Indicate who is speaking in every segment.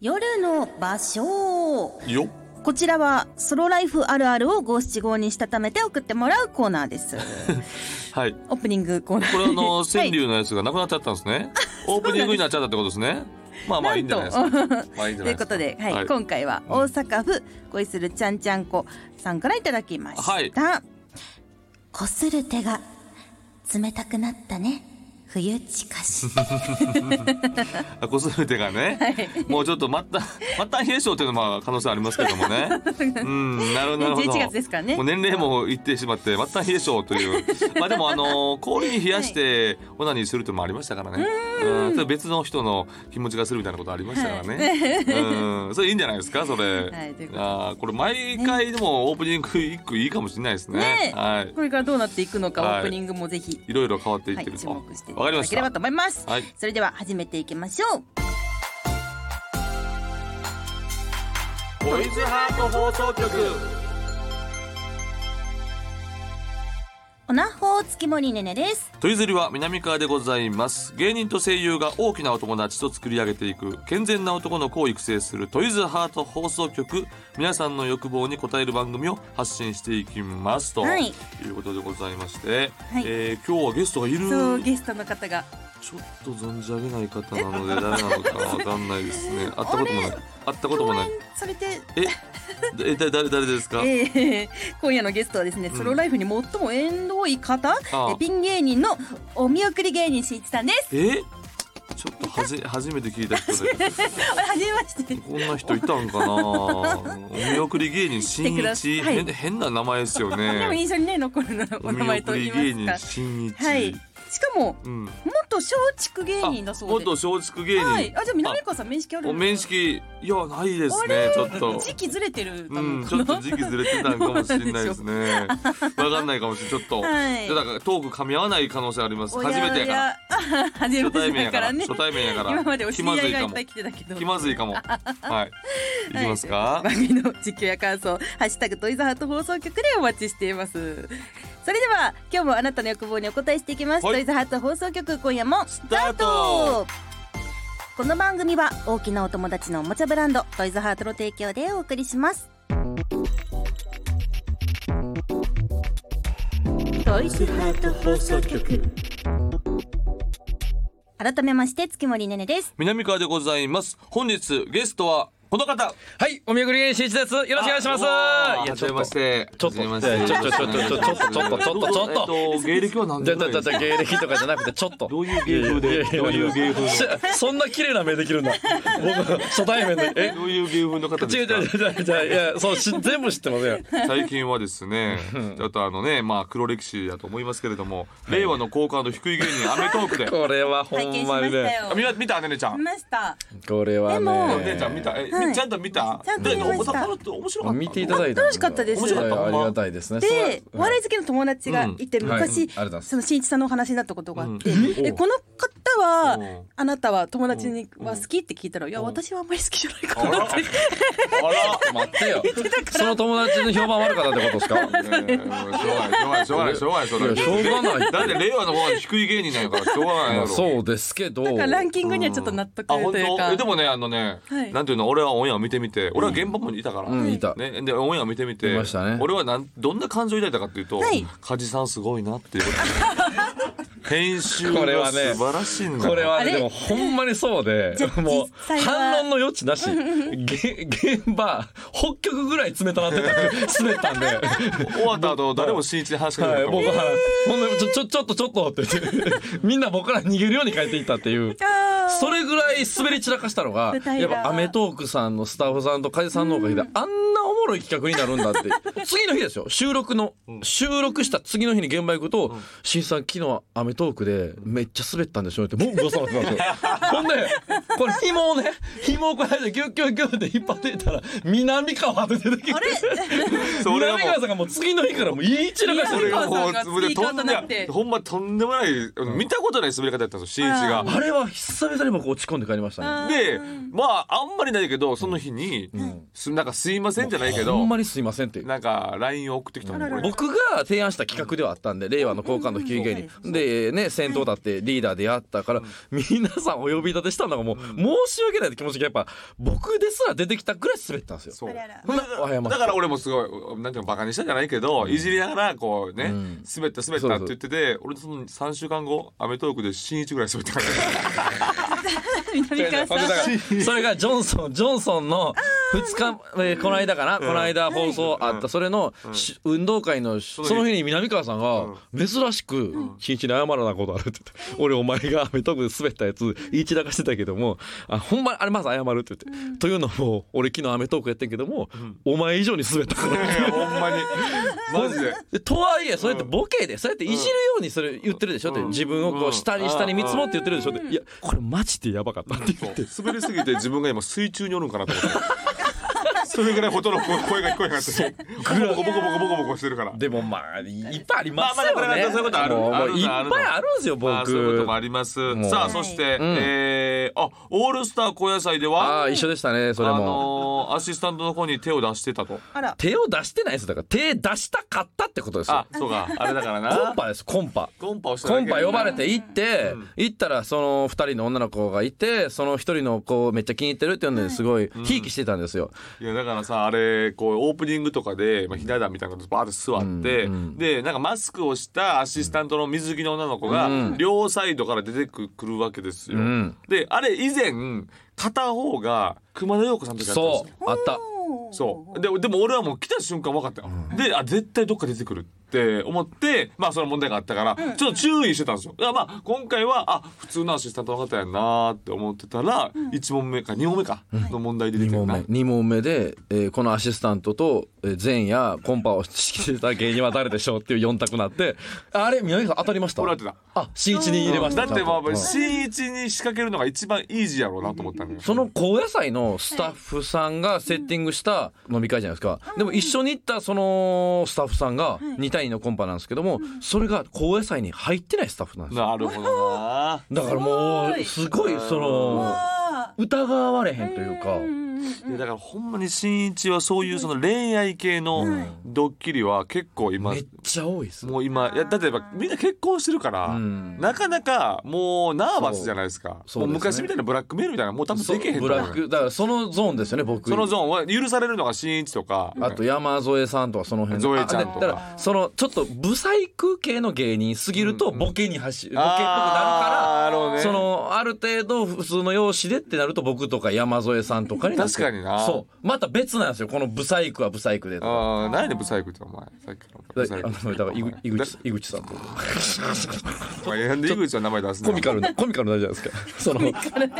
Speaker 1: 夜の場所
Speaker 2: よっ
Speaker 1: こちらはソロライフあるあるを五七五にしたためて送ってもらうコーナーです
Speaker 2: はい
Speaker 1: オープニングコーナー
Speaker 2: これあの
Speaker 1: は
Speaker 2: 川
Speaker 1: い
Speaker 2: 柳のやつがなくなっちゃったんです ね、オープニングになっちゃったってことですねまあまあいいんじゃないですか
Speaker 1: なんと
Speaker 2: まあいいんじ
Speaker 1: というこ
Speaker 2: ゃないですか
Speaker 1: とで、はい
Speaker 2: はい
Speaker 1: 今回は大阪府恋するちゃんちゃんこさんからいただきました、
Speaker 2: はい
Speaker 1: こする手が冷たくなったね冬近 し
Speaker 2: あこする手がね、もうちょっと またまた冷え性っていうのはまあ可能性ありますけどもねうんなるほどなるほど
Speaker 1: 11月ですからね
Speaker 2: もう年齢もいってしまってまた冷え性 というまあでもあの氷に冷やしてオナニーするともありましたからねうんそれ別の人の気持ちがするみたいなことありましたからね、うんそれいいんじゃないですかそれ、
Speaker 1: はいということで
Speaker 2: あーこれ毎回でもオープニング一句いいかもしれないですね
Speaker 1: ねえ
Speaker 2: はい
Speaker 1: これからどうなっていくのか、
Speaker 2: は
Speaker 1: オ
Speaker 2: い
Speaker 1: ープニングもぜひ、
Speaker 2: いろいろ変わっていっ
Speaker 1: はい、
Speaker 2: てる
Speaker 1: 注
Speaker 2: と、
Speaker 1: 目してい
Speaker 2: わ
Speaker 1: た
Speaker 2: かり
Speaker 1: だ
Speaker 2: まし
Speaker 1: ければ
Speaker 2: た
Speaker 1: と思います、
Speaker 2: はい
Speaker 1: それでは始めていきましょう
Speaker 2: トイズハート放送局
Speaker 1: おなほ月森ねねです
Speaker 2: トイズリは南川でございます芸人と声優が大きなお友達と作り上げていく健全な男の子を育成するトイズハート放送局皆さんの欲望に応える番組を発信していきますと、、
Speaker 1: はいいう
Speaker 2: ことでございまして、
Speaker 1: はい
Speaker 2: えー今日はゲストがい
Speaker 1: そう
Speaker 2: る
Speaker 1: ゲストの方が
Speaker 2: ちょっと存じ上げない方な ので誰なのかわかんないですね会ったこともない
Speaker 1: あれ
Speaker 2: 会ったことも
Speaker 1: 共
Speaker 2: な
Speaker 1: 演
Speaker 2: い
Speaker 1: されて
Speaker 2: ええだ誰誰ですか、
Speaker 1: えー、 今夜のゲストはですね、
Speaker 2: うん
Speaker 1: ソロライフに最も縁遠い方
Speaker 2: あ
Speaker 1: えピン芸人のお見送り芸人しんいちさんです
Speaker 2: えちょっとはじ初めて聞いた人で
Speaker 1: あはじめまして
Speaker 2: こんな人いたんか な。お見送り芸人新
Speaker 1: 来てくださ
Speaker 2: 一、
Speaker 1: い
Speaker 2: 変変な名前ですよ
Speaker 1: でも
Speaker 2: ね。
Speaker 1: 印象にね残るの
Speaker 2: お
Speaker 1: お名
Speaker 2: 見
Speaker 1: 前と
Speaker 2: 送
Speaker 1: 言い
Speaker 2: り
Speaker 1: ま
Speaker 2: 芸
Speaker 1: す
Speaker 2: 人
Speaker 1: か
Speaker 2: 新一。
Speaker 1: はいしかも
Speaker 2: うん。
Speaker 1: 元松竹芸人だそうで
Speaker 2: 元松竹芸人。
Speaker 1: はいあじゃあ南川さん面識ある
Speaker 2: お面識いやないですね。ちょっと。
Speaker 1: 時期ずれてる
Speaker 2: う
Speaker 1: 多分
Speaker 2: ん、ちょっと時期ずれてたんかもしれないですね。わかんないかもしれない。ちょっと、
Speaker 1: はい
Speaker 2: だからトーク噛み合わない可能性あります。
Speaker 1: お
Speaker 2: 初めてやから。
Speaker 1: ら 初め
Speaker 2: 初対
Speaker 1: て
Speaker 2: 面
Speaker 1: だ
Speaker 2: や
Speaker 1: か
Speaker 2: か らら。
Speaker 1: ね
Speaker 2: 初対面やから。
Speaker 1: 今までお知
Speaker 2: 気
Speaker 1: り
Speaker 2: ま
Speaker 1: 合
Speaker 2: ず
Speaker 1: い
Speaker 2: い
Speaker 1: がい
Speaker 2: か
Speaker 1: っ
Speaker 2: も
Speaker 1: ぱ。い来てたけど
Speaker 2: 気まずいかも。はい。いきますか。
Speaker 1: 番組の実況や感想「ハッシュタグトイズハート放送局」でお待ちしていますそれでは今日もあなたの欲望にお答えしていきます、
Speaker 2: はい
Speaker 1: トイズハート放送局今夜も
Speaker 2: スタート
Speaker 1: この番組は大きなお友達のおもちゃブランドトイズハートの提供でお送りしますトイズハート放送局改めまして月森ねねです
Speaker 2: 南川でございます。本日ゲストはこの方。
Speaker 3: はい、お見送り芸人しんいちです。よろしくお願いします。
Speaker 2: あどう
Speaker 3: い
Speaker 2: も
Speaker 3: や、ち
Speaker 2: はじ
Speaker 3: ょっと。
Speaker 2: めまして。
Speaker 3: ちょ
Speaker 2: は
Speaker 3: っと
Speaker 2: じめまして
Speaker 3: ちょっとちょっとちょっとちょっとちょっとちょっとちょっと
Speaker 2: えっと芸歴は何
Speaker 3: じゃ
Speaker 2: 年
Speaker 3: あ
Speaker 2: ぐ
Speaker 3: じゃ
Speaker 2: ら
Speaker 3: あ
Speaker 2: いで
Speaker 3: じゃあ
Speaker 2: すか
Speaker 3: じゃあ。芸歴とかじゃなくて、ちょっと。
Speaker 2: どういう芸風でどういう芸風の
Speaker 3: しそん な綺麗な目できるんだ。僕、初対面で。え
Speaker 2: どういう芸風の方
Speaker 3: 違う
Speaker 2: ですか
Speaker 3: 違う違う違う。いや、そう、し全部知ってますよ。
Speaker 2: 最近はですねちょっとあのねまあ黒歴史だと思いますけれども令和の好感度低い芸人アメトーク で
Speaker 3: これはほんまにね。
Speaker 2: あみな見たねねちゃん
Speaker 1: 見ました
Speaker 3: これは
Speaker 1: でも
Speaker 2: ねねちゃん見
Speaker 3: ね。
Speaker 2: たえ
Speaker 1: はい
Speaker 2: みちゃんと見た
Speaker 1: ちゃんと見ました
Speaker 2: でおおおお面白かった
Speaker 3: 見ていただいた。
Speaker 1: 楽しかったです
Speaker 3: 面白かったありがたいですね。
Speaker 1: で、お
Speaker 3: はい
Speaker 1: 笑い好きの友達がいて、
Speaker 3: うん
Speaker 1: 昔、
Speaker 3: はいありがとうございます
Speaker 1: そのしんいちさんのお話になったことがあって、
Speaker 3: ん
Speaker 1: で
Speaker 3: お
Speaker 1: この方は、
Speaker 2: うん
Speaker 1: あなたは友達に
Speaker 2: うん
Speaker 1: は好きって聞いたら、いや
Speaker 2: うん
Speaker 1: 私はあんまり好きじゃない
Speaker 2: あ
Speaker 1: からな
Speaker 2: あら
Speaker 3: 待ってよ。その友達の評判悪かったってことですか
Speaker 2: しょうがないしょうがないしょうがないしょうがないそ
Speaker 3: いや、しょ
Speaker 2: れ
Speaker 3: うがない。
Speaker 2: だって令和の方が低い芸人なんやからしょうがないや
Speaker 3: まあ
Speaker 2: ろ
Speaker 3: そうですけど。
Speaker 1: だからランキングにはちょっと納得
Speaker 2: あ
Speaker 1: と
Speaker 2: 本
Speaker 1: いう
Speaker 2: 当
Speaker 1: か、
Speaker 2: えでもねあのね、
Speaker 1: はい
Speaker 2: なんていうの俺はオンエアを見てみて俺は現場もいたから、
Speaker 3: うん、いた。
Speaker 2: ね、でオンエアを見てみて
Speaker 3: 見ましたね
Speaker 2: 俺はなんどんな感情を抱いたかっていうと、
Speaker 1: はい
Speaker 2: 梶さんすごい なっていうこと編集
Speaker 3: これ
Speaker 2: が
Speaker 3: は
Speaker 2: 素
Speaker 3: ね
Speaker 2: 晴らしいんだ
Speaker 3: これはね
Speaker 1: あれ
Speaker 3: でもほんまにそうで
Speaker 1: じゃあ
Speaker 3: もう
Speaker 1: 実際は
Speaker 3: 反論の余地なしげ現場北極ぐらい冷たなってた滑ったん で、はい、
Speaker 2: 終わった後誰も新一に話しかけなかったもん
Speaker 3: 僕はほんでちょちょちょっとちょっとって言ってみんな僕から逃げるように帰っていったっていう。
Speaker 1: あー
Speaker 3: それぐらい滑り散らかしたのが
Speaker 1: 舞台
Speaker 3: や
Speaker 1: が
Speaker 3: っぱ『アメトーーク』さんのスタッフさんと梶さんの方がひであんなおもろい企画になるんだって次の日ですよ収録の収録した次の日に現場行くと「新さん昨日『アメトーーク』でめっちゃ滑ったんでしょ」ってもう噂になってたんですよ ほんでこれ紐をね紐をこうやってギュッギュッギュッって引っ張っていったら南川で出てきて
Speaker 1: あれ
Speaker 2: それは
Speaker 3: 南
Speaker 2: も
Speaker 3: 川
Speaker 2: う
Speaker 3: さんがもう次の日からもう言い散らかし
Speaker 2: そ
Speaker 3: て
Speaker 2: れ
Speaker 3: る
Speaker 2: がも
Speaker 1: 南
Speaker 2: う
Speaker 1: 川さんがスピーカーと
Speaker 2: でとん
Speaker 1: なって
Speaker 2: でほんまとんでもない見たことない滑り方だったんですよ新一が
Speaker 1: あ
Speaker 3: あれは久々に僕落ち込んで帰りましたね。
Speaker 1: あー
Speaker 2: でまああんまりないけどその日に、
Speaker 3: うん
Speaker 2: すなんかすいませんじゃないけ
Speaker 3: ほ
Speaker 2: ど
Speaker 3: んまにすいませんって
Speaker 2: なんか LINE を送ってきた
Speaker 1: あらら
Speaker 2: の
Speaker 3: 僕が提案した企画ではあったんで令和の好感度低い芸
Speaker 1: う
Speaker 3: 人でね先頭だってリーダーでやったから皆さんお呼び立てしたのがもう申し訳ないって気持ちがやっぱ僕ですら出てきたぐらい滑ったんですよ。
Speaker 2: そう
Speaker 1: あらら
Speaker 2: ほんで
Speaker 3: 謝って
Speaker 2: だから俺もすごいなんていうのバカにしたじゃないけど、いじりながらこうね、
Speaker 3: うん
Speaker 2: 滑った滑ったって言ってて俺その3週間後『アメトーーク』で新一ぐらい滑ったから
Speaker 1: 南川さん
Speaker 3: それがジョンソンジョンソンの2日えーこの間かな、この間放送あった、それの、し運動会のし
Speaker 2: その日
Speaker 3: その日に南川さんが珍しく新一に謝らなことあるって言って、俺お前がアメトークで滑ったやつ言い散らかしてたけどもあほんまにあれまず謝るって言って、というのも俺昨日アメトークやってんけども、お前以上に滑ったから
Speaker 2: いやほんまに マジで。
Speaker 3: でとはいえそうやってボケでそうやっていじるようにそれ言ってるでしょって、
Speaker 2: うん
Speaker 3: 自分をこう下に下に見積もって言ってるでしょって、いやこれマジでやばかったって言って。
Speaker 2: 滑りすぎて自分が今水中におるんかなと 思って。それぐらいほとんど声が聞こえなくてボコボコボコボコボコボコしてるから。
Speaker 3: でもまあいっぱいあります
Speaker 2: ま
Speaker 3: よね。
Speaker 2: あまあだからそういうことある
Speaker 3: もう
Speaker 2: あるの
Speaker 3: いっぱいあるんですよ僕。
Speaker 2: まあそういうこともあります
Speaker 3: も。う
Speaker 2: さ
Speaker 1: は
Speaker 2: あ
Speaker 1: い
Speaker 2: そして、
Speaker 3: ん
Speaker 2: えー、あオールスター高野菜で
Speaker 3: あ
Speaker 2: は
Speaker 3: あ一緒でしたねそ
Speaker 2: あ
Speaker 3: れも。
Speaker 2: のーアシスタントの方に手を出してたと。
Speaker 1: あら
Speaker 3: 手を出してないですだから手出したかったってことですよ
Speaker 2: あ。そうかあれだから
Speaker 3: コ
Speaker 2: な
Speaker 3: ン。パですコンパ。
Speaker 2: コンパをしてた
Speaker 3: コ
Speaker 2: だ
Speaker 3: ン
Speaker 2: けや
Speaker 3: パ
Speaker 2: な
Speaker 3: 呼ばれて行って、行ったらその二人の女の子がいてその一人の子めっちゃ気に入ってるっていうのですごいひいきしてたんですよ。
Speaker 2: いやだからさあれこうオープニングとかで、まあ、ひな壇みたいなのバーって座って、でなんかマスクをしたアシスタントの水着の女の子が、両サイドから出てくくるわけですよ。
Speaker 3: ん
Speaker 2: であれ以前片方が熊田曜子さんの時だったんですよ
Speaker 3: そ。うあった。
Speaker 1: おー
Speaker 2: そうででも俺はもう来た瞬間分かったよ、であ絶対どっか出てくるって思ってまあその問題があったから、ちょっと注意してたんですよだからまあ今回はあ普通のアシスタントの方やなーって思ってたら、一1問目か2問目かの問題で出
Speaker 3: 2
Speaker 2: てる
Speaker 3: 問
Speaker 2: な、
Speaker 3: 目二問目で、えーこのアシスタントと、えー前夜コンパを仕切ってた芸人は誰でしょうっていう4択になってあれ宮城さん当たりました
Speaker 2: 俺当てた
Speaker 3: あ C1 に入れました
Speaker 2: だってまあ
Speaker 3: ちゃんとうん
Speaker 2: 新一に仕掛けるのが一番イージーやろうなと思ったのよ
Speaker 3: その高野菜のスタッフさんがセッティングした飲み会じゃないですか、でも一緒に行ったそのスタッフさんが2対2のコンパなんですけども、それが高野菜に入ってないスタッフなんですよ
Speaker 2: なるほどな
Speaker 3: だからもう
Speaker 1: す
Speaker 3: すごいその
Speaker 1: あ
Speaker 3: 疑われへんというか
Speaker 1: ーうんうんうん
Speaker 2: いやだからほんまに新一はそういうその恋愛系のドッキリは結構今
Speaker 3: めっちゃ多いですね
Speaker 2: もう今いやだってやっぱみんな結婚してるから、
Speaker 3: うん
Speaker 2: なかなかもうナーバスじゃないですか
Speaker 3: そうそう
Speaker 2: もう
Speaker 3: ですね
Speaker 2: 昔みたいなブラックメールみたいなのもう多分
Speaker 3: そ
Speaker 2: できへんと
Speaker 3: ブ
Speaker 2: 思う
Speaker 3: ラックだからそのゾーンですよね僕
Speaker 2: そのゾーンは許されるのが新一とか
Speaker 3: あと山添さんとかその辺
Speaker 2: ゾエちゃんとか
Speaker 3: あでだからそのちょっと不細工系の芸人すぎるとボケに走るボケっぽくなるから
Speaker 2: あーなるほどね
Speaker 3: そのある程度普通の容姿でってなると僕とか山添さんとかになって
Speaker 2: 確かにな
Speaker 3: そうまた別なんですよこのブサイクはブサイクでとか
Speaker 2: あー何やねんブサイクってお前さっきから
Speaker 3: だ
Speaker 2: ブサイ
Speaker 3: あ
Speaker 2: ク
Speaker 3: のだから井口井口井口さんとか
Speaker 2: お前なんで井口の名前出すの
Speaker 3: コミカ ルなコミカルになるじゃないですかその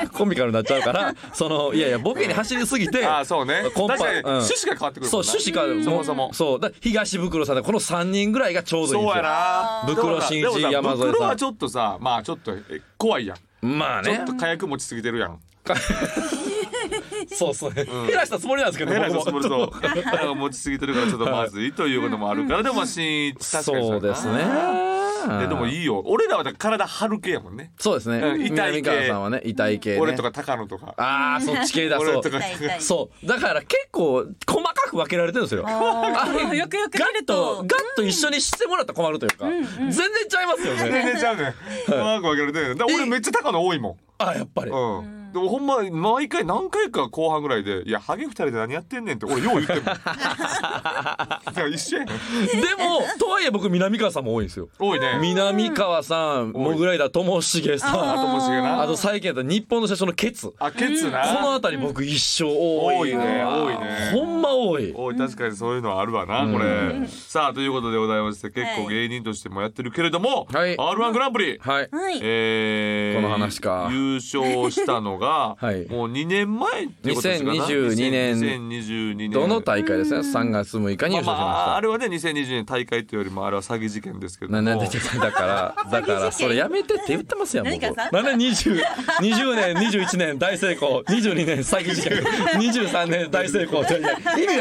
Speaker 3: コミカルになっちゃうからそのいやいやボケに走りすぎて
Speaker 2: あーそうね
Speaker 3: コンパ
Speaker 2: 確かに
Speaker 3: うん
Speaker 2: 趣旨が変わってくるもんな
Speaker 3: そう趣旨が
Speaker 2: そもそも
Speaker 3: そうだから東袋さんとかこの三人ぐらいがちょうどいいん
Speaker 2: そう
Speaker 3: です
Speaker 2: や
Speaker 3: よ
Speaker 2: な
Speaker 3: 袋新一
Speaker 2: でもさ
Speaker 3: 山添さん
Speaker 2: 袋はちょっとさまあちょっとえ怖いやん
Speaker 3: まあ
Speaker 2: ちょ
Speaker 3: ね
Speaker 2: っと火薬持ちすぎてるやん
Speaker 3: そうそうね減らしたつもりなんですけど
Speaker 2: ヘラが
Speaker 3: 僕
Speaker 2: つ
Speaker 3: も
Speaker 2: る と火薬持ちすぎてるからちょっとまずいということもあるからでもまあ新一確かに
Speaker 3: そう
Speaker 2: やな
Speaker 3: ですね
Speaker 2: えでもいいよ俺らはだから体張る系やもんね
Speaker 3: そうですね
Speaker 2: うん痛い系
Speaker 3: 南川さんはね痛い系ね
Speaker 2: 俺とか高野とか
Speaker 3: ああそっち系だそ
Speaker 2: 俺
Speaker 3: う
Speaker 2: とか
Speaker 1: 痛い痛い
Speaker 3: そうだから結構細かく分けられてるんですよ
Speaker 1: あ
Speaker 3: あ
Speaker 1: ー
Speaker 3: れ
Speaker 1: よくよく見る
Speaker 3: ガッと
Speaker 1: と
Speaker 3: ガッと一緒にしてもらったら困るというか、全然ちゃいますよね
Speaker 2: 全然ちゃうねんうまく分けられてるねだから俺めっちゃ高野多いもん
Speaker 3: あやっぱり、
Speaker 2: うんでもほんま毎回何回か後半ぐらいで「いやハゲ二人で何やってんねん」って俺よう言ってるもんだから一緒やねん
Speaker 3: でもとはいえ僕南川さんも多いんですよ
Speaker 2: 多いね
Speaker 3: 南川さんモグライダーともしげさん
Speaker 2: あともしげな
Speaker 3: あと最近だった日本の社長のケツ
Speaker 2: あケツな
Speaker 3: この辺り僕一生多い
Speaker 2: 多いね多いね
Speaker 3: ほんま多い
Speaker 2: おい確かにそういうのはあるわな、これさあということでございまして結構芸人としてもやってるけれども、
Speaker 3: はい
Speaker 2: r 1グランプリ、
Speaker 3: はい
Speaker 1: はい
Speaker 2: えー
Speaker 3: この話か
Speaker 2: 優勝したのが、
Speaker 3: はい
Speaker 2: もう2年前ってことですかな
Speaker 3: 2022年
Speaker 2: 2022年
Speaker 3: どの大会ですね3月6
Speaker 2: ま
Speaker 3: 日に優
Speaker 2: あ、ま
Speaker 3: 勝しました、
Speaker 2: あ、あれはね2020年大会というよりもあれは詐欺事件ですけども
Speaker 3: ななんでだからだからそれやめてって言ってますやん僕
Speaker 1: 何かさ
Speaker 3: なんで20 20年21年大成功22年詐欺事件23年大成功っていや意味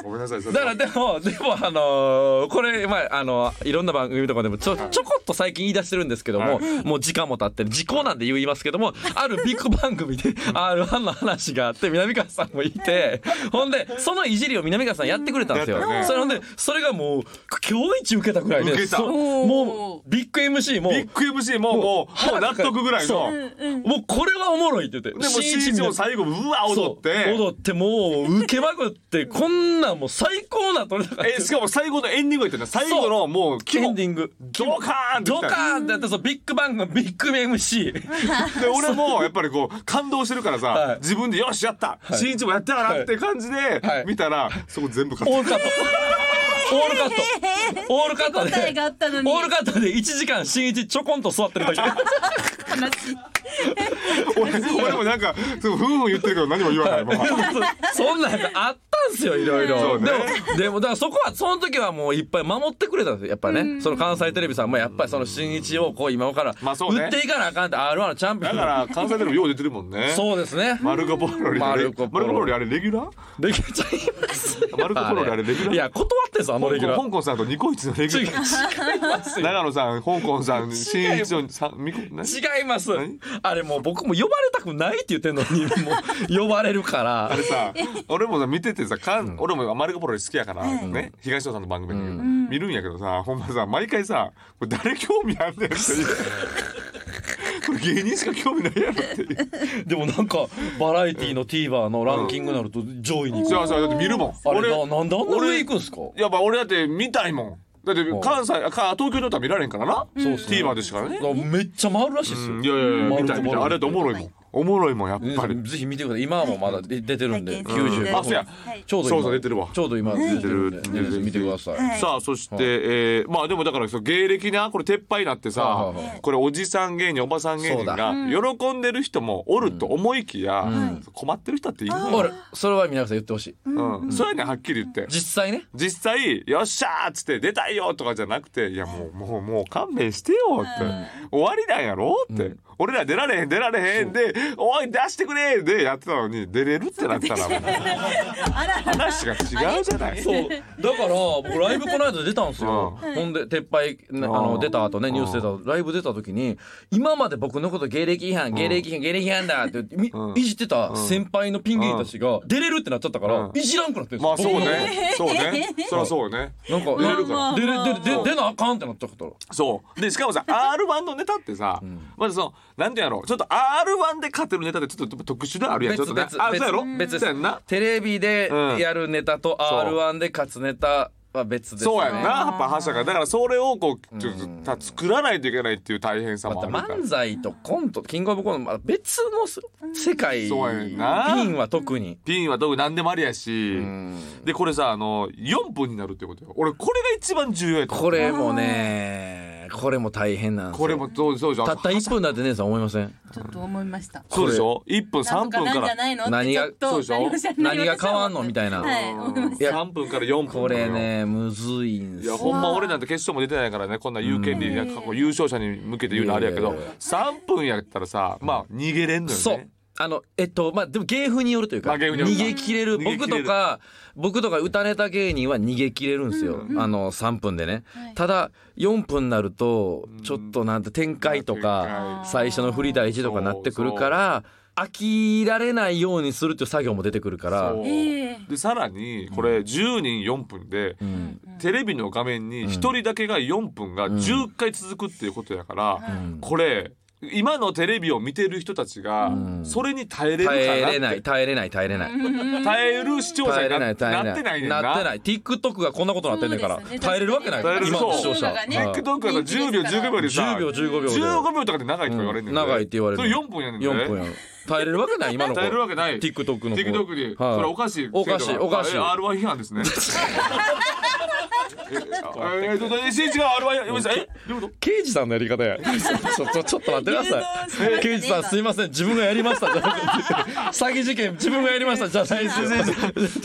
Speaker 3: い
Speaker 2: ごめんなさいそれ
Speaker 3: だからでもでもあのーこれまああのいろんな番組とかでもちょちょこっと最近言い出してるんですけども、
Speaker 2: は
Speaker 3: もう時間も経ってる時効なんで言いますけどもあるビッグ番組で r 1の話があって南川さんもいてほんでそのいじりを南川さんやってくれたんですよ。
Speaker 2: やったね
Speaker 3: それほんでそれがもう今日一受けたくらいで
Speaker 2: 受けた
Speaker 3: そもうビッグ MC も
Speaker 2: ビッグ MC もうもうもう納得ぐらい
Speaker 3: そ
Speaker 2: の
Speaker 3: う
Speaker 2: で
Speaker 3: もうこれはおもろいって言って
Speaker 2: も
Speaker 3: しんいち
Speaker 2: 新
Speaker 3: み
Speaker 2: 一
Speaker 3: たい
Speaker 2: も
Speaker 3: な
Speaker 2: 最後うわ踊っ
Speaker 3: そう
Speaker 2: て
Speaker 3: 踊ってもう受けまくってこんなんもう最高な撮れ高
Speaker 2: えしかも最後のエンディングやってんだ最後のもう規
Speaker 3: エ
Speaker 2: 模
Speaker 3: ンディング
Speaker 2: ドカーンって
Speaker 3: ド
Speaker 2: き
Speaker 3: カ
Speaker 2: た
Speaker 3: ーンってやってそうビッグバンがビッグ MC
Speaker 2: で俺もやっぱりこう感動してるからさ、
Speaker 3: はい
Speaker 2: 自分でよしやった、
Speaker 3: い
Speaker 2: 新一もやったからって感じで
Speaker 3: はい
Speaker 2: 見たら、そこ全部勝っ
Speaker 3: オールカットオールカットオールカット
Speaker 1: 答えがあ
Speaker 3: で
Speaker 1: ったのに
Speaker 3: オールカットで1時間新一ちょこんと座って るだけ
Speaker 1: 話
Speaker 2: た俺俺もなんかそうふんふん言ってるけど何も言わないまま
Speaker 3: そんなんやつあったんすよいろい
Speaker 2: そ
Speaker 3: ろ
Speaker 2: うね
Speaker 3: でもでもだからそこはその時はもういっぱい守ってくれたんですよやっぱねその関西テレビさんもやっぱりその新一をこう今から
Speaker 2: まあそうね
Speaker 3: 売っていかなあかんって r 1のチャンピオ
Speaker 2: だ
Speaker 3: ン
Speaker 2: から関西でもよう出てるもんね
Speaker 3: そうですね
Speaker 2: マルコポロリ
Speaker 3: マルコポロリ
Speaker 2: マあれレギュラー
Speaker 3: できちゃいますよ
Speaker 2: マルコポロリあれレギュラー
Speaker 3: いや断ってんすよあのレギュラー
Speaker 2: 香港さんとニコイチのレギ ュ
Speaker 3: 違
Speaker 2: ラー
Speaker 3: い ますよ
Speaker 2: 長野さん香港さん新一のさみこ何
Speaker 3: 違います
Speaker 2: 何
Speaker 3: あれもう僕も呼ばれたくないって言ってんのにもう呼ばれるから
Speaker 2: あれ さ俺もさ見ててさかん、俺もマルコポロリ好きやから、ね東野さんの番組、見るんやけどさほんまさ毎回さ「これ誰興味あん ねん」って言うこれ芸人しか興味ないやろっていう
Speaker 3: でもなんかバラエティの TVer のランキングになると上位に行く
Speaker 2: そうそうだって見るもん
Speaker 3: あれ
Speaker 2: 俺
Speaker 3: ななんであんな上
Speaker 2: 俺
Speaker 3: 行くんすか
Speaker 2: やっぱ俺だって見たいもんだって関西あか東京だったら見られんからな、
Speaker 3: そうっすね
Speaker 2: TVer でしかね、
Speaker 3: めっちゃ回るらしいです
Speaker 2: う
Speaker 3: よ
Speaker 2: んいやいやいや見たい見たいあれだっておもろいもんおもろいもんやっ
Speaker 3: ね
Speaker 2: ぱり、
Speaker 3: ぜひ見てください今はもうまだ出出てるんで
Speaker 1: 拝見
Speaker 3: 90
Speaker 1: して
Speaker 2: あそうや
Speaker 1: はい
Speaker 3: ちょうど
Speaker 2: そう
Speaker 3: 今
Speaker 2: そう出てるわ
Speaker 3: ちょうど今出てるんで
Speaker 2: 出てる
Speaker 3: ねぜひ見てください
Speaker 1: はい
Speaker 2: さあそして、
Speaker 3: はい
Speaker 2: えーまあでもだからその芸歴なこれ撤廃になってさ、
Speaker 3: はいはいはい
Speaker 2: これおじさん芸人おばさん芸人
Speaker 3: そうだ
Speaker 2: が喜んでる人もおると思いきや、
Speaker 3: ん
Speaker 2: 困ってる人っている
Speaker 3: 俺それは皆さん言ってほしい
Speaker 2: うんそうやねんはっきり言って。
Speaker 3: 実際ね
Speaker 2: 実際「よっしゃ!」っつって「出たいよ!」とかじゃなくて「いやもうもうもう勘弁してよ」って「終わりなんやろ?」って、俺ら出られへん出られへん」で「おい出してくれ!」でやってたのに出れるってなったら もう
Speaker 1: あら
Speaker 2: 話が違うじゃない。
Speaker 3: そうだから僕ライブこの間出たんですよ、ほんで撤廃ねあ
Speaker 2: う
Speaker 3: の
Speaker 2: ん
Speaker 3: 出た後ねニュース出た後ライブ出た時に今まで僕のこと芸歴違反芸歴違反芸歴違反だってみ
Speaker 2: うん
Speaker 3: いじってた先輩のピン芸人たちが出れるってなっちゃったか
Speaker 2: う
Speaker 3: ら
Speaker 2: ん
Speaker 3: いじらんくなってるんですよ
Speaker 2: まあそうね、 そうね、そりゃそうね。
Speaker 3: 僕のこと
Speaker 2: 出
Speaker 3: な
Speaker 2: れ
Speaker 3: ん
Speaker 2: るか
Speaker 3: か
Speaker 2: ら
Speaker 3: 出れ出れ出出なあかんってなっちゃったら
Speaker 2: そうでしかも さ R1 のネタってさ、まずそのなんていうんやろうちょっと R1 で勝てるネタってちょっと特殊であるやんちょっとねあそうやろ
Speaker 3: 別で
Speaker 2: そうや
Speaker 3: す
Speaker 2: んな
Speaker 3: テレビでやるネタと
Speaker 2: そう
Speaker 3: R1 で勝つネタは別ですね
Speaker 2: そうやんなやっぱ覇者がだからそれをこうちょっとた作らないといけないっていう大変さ
Speaker 3: ま
Speaker 2: もあ
Speaker 3: た
Speaker 2: るから
Speaker 3: 漫才とコントキングオブコントまた別のす世界ピン
Speaker 2: そうやんな
Speaker 3: は特に
Speaker 2: ピンは特に何でもありやしでこれさあの4分になるってことよ俺これが一番重要やと思う
Speaker 3: これもねこれも大変なんですよ
Speaker 2: これもそうそうじゃん
Speaker 3: たった1分だって姉さん思いま せん
Speaker 1: ちょっと思いました
Speaker 2: そうでしょ1分3分
Speaker 1: なんとかなん
Speaker 2: か
Speaker 1: じゃ
Speaker 2: ら
Speaker 1: ないの
Speaker 3: 何が
Speaker 1: ってちょっと
Speaker 2: そうでしょ
Speaker 1: なりました
Speaker 3: 何が変わんのみたいな
Speaker 1: はい思い まし
Speaker 3: いや
Speaker 2: 3分から4分
Speaker 3: これねむずいん
Speaker 2: い
Speaker 3: す
Speaker 2: や
Speaker 3: よ
Speaker 2: ほんま俺なんて決勝も出てないからねこんな有権利なんかこう優勝者に向けて言うのあれやけど
Speaker 3: いやいやいや
Speaker 2: 3分やったらさまあ逃げれんのよね。
Speaker 3: そうあのえっとまあでも芸風によるというか、
Speaker 2: まあ芸風による
Speaker 3: 逃げ切れる
Speaker 2: 逃げ切れる
Speaker 3: 僕とか僕とか歌ネタ芸人は逃げ切れるんですよ、あの3分でね、ただ4分になるとちょっとなんて展開と
Speaker 2: 展
Speaker 3: か
Speaker 2: 開
Speaker 3: 最初の振り大事とかなってくるから飽きられないようにするっていう作業も出てくるから
Speaker 2: そう
Speaker 1: ええ
Speaker 2: でさらにこれ10人4分で、
Speaker 3: ん
Speaker 2: テレビの画面に1人だけが4分が10回続くっていうことやから、
Speaker 3: ん
Speaker 2: これ今のテレビを見てる人たちがそれに耐えれるかなっ
Speaker 3: 耐
Speaker 2: て
Speaker 3: えれない耐えれない耐えれない
Speaker 2: 耐える視聴
Speaker 3: 耐
Speaker 2: 者
Speaker 3: えれ
Speaker 2: に
Speaker 3: な
Speaker 2: ない
Speaker 3: 耐えれ
Speaker 2: なってないねんな。
Speaker 3: なってない TikTok がこんなことなってんねんか
Speaker 1: そ
Speaker 3: ら、
Speaker 1: うですね
Speaker 3: 耐えれるわけない
Speaker 2: 耐えれる
Speaker 3: 今の視聴者
Speaker 1: そう
Speaker 3: はい
Speaker 1: 動画がね
Speaker 2: TikTok は10秒15秒でさ
Speaker 3: 10秒15秒で
Speaker 2: 15秒とかで長いって言われるねんで
Speaker 3: うん長いって言われ
Speaker 2: そ
Speaker 3: る
Speaker 2: れ4分やねんで
Speaker 3: 4分やろ耐えれるわけない今の子
Speaker 2: 耐えれるわけない
Speaker 3: TikTok の子
Speaker 2: TikTok に、
Speaker 3: はい
Speaker 2: それおかしい
Speaker 3: おかしいおかしい
Speaker 2: R1 批判ですねえええっと、え、しんいちが、あれは、やめました。え、どういうこと。
Speaker 3: 刑事さんのやり方や。ちょちょちょっと待ってください。刑事さんすいません自分がやりましたじゃなくて。詐欺事件自分がやりましたじゃないですよ。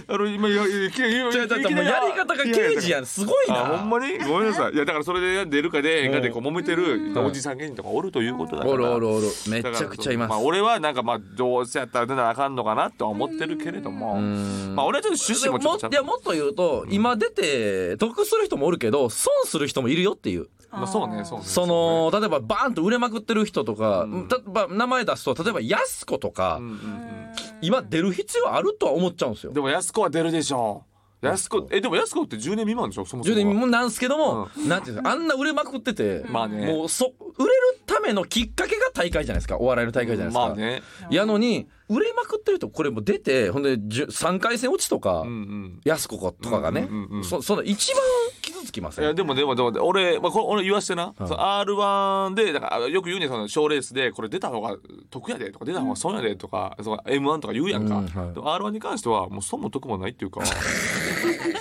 Speaker 2: あの、今、いや、いや、いや、い
Speaker 3: じゃだってもうやり方が刑事やんすごいな。
Speaker 2: あほんまにごめんなさいいやだからそれで出るかで映画でこう揉めてるおじさん芸人とかおるということだから
Speaker 3: おるおるおるめちゃくちゃいます
Speaker 2: あ、。俺はなんかまあどうせやったら出なあかんのかなとは思ってるけれどもまあ俺はちょっと趣旨
Speaker 3: でも
Speaker 2: もちょっ
Speaker 3: も
Speaker 2: とちゃん
Speaker 3: いやもっと言うと、今出て得する人もおるけど損する人もいるよっていう
Speaker 2: まあそうねそうね
Speaker 3: その例えばバーンと売れまくってる人とか、
Speaker 2: うん
Speaker 3: たば名前出すと例えば安子とか、
Speaker 2: そうねうん
Speaker 3: 今出る必要あるとは思っちゃうんです
Speaker 2: う
Speaker 3: よ
Speaker 2: んで。も安子は出るでしょう安
Speaker 3: 安
Speaker 2: 子
Speaker 3: 子
Speaker 2: えでも安子って10年未満でしょそもそ
Speaker 3: 10
Speaker 2: も
Speaker 3: 年もなんですけども、なんていうんですかあんな売れまくってて、
Speaker 2: まあね
Speaker 3: もうそ売れるためのきっかけが大会じゃないですかお笑いの大会じゃないですか。
Speaker 2: まあね
Speaker 3: やのに売れまくってるとこれもう出てほんで3回戦落ちとか、
Speaker 2: うんうん
Speaker 3: 安子とかがね、
Speaker 2: うんうんうんうん
Speaker 3: そその一番傷つきま
Speaker 2: い
Speaker 3: せん
Speaker 2: やでもでもでも俺、まあ、これ俺言わしてな、
Speaker 3: うん
Speaker 2: その R1 でだからよく言うねんその賞レースでこれ出た方が得やでとか出た方が損やでとか、その M1 とか言うやんか、
Speaker 3: うんはい
Speaker 2: でも R1 に関してはもう損も得もないっていう か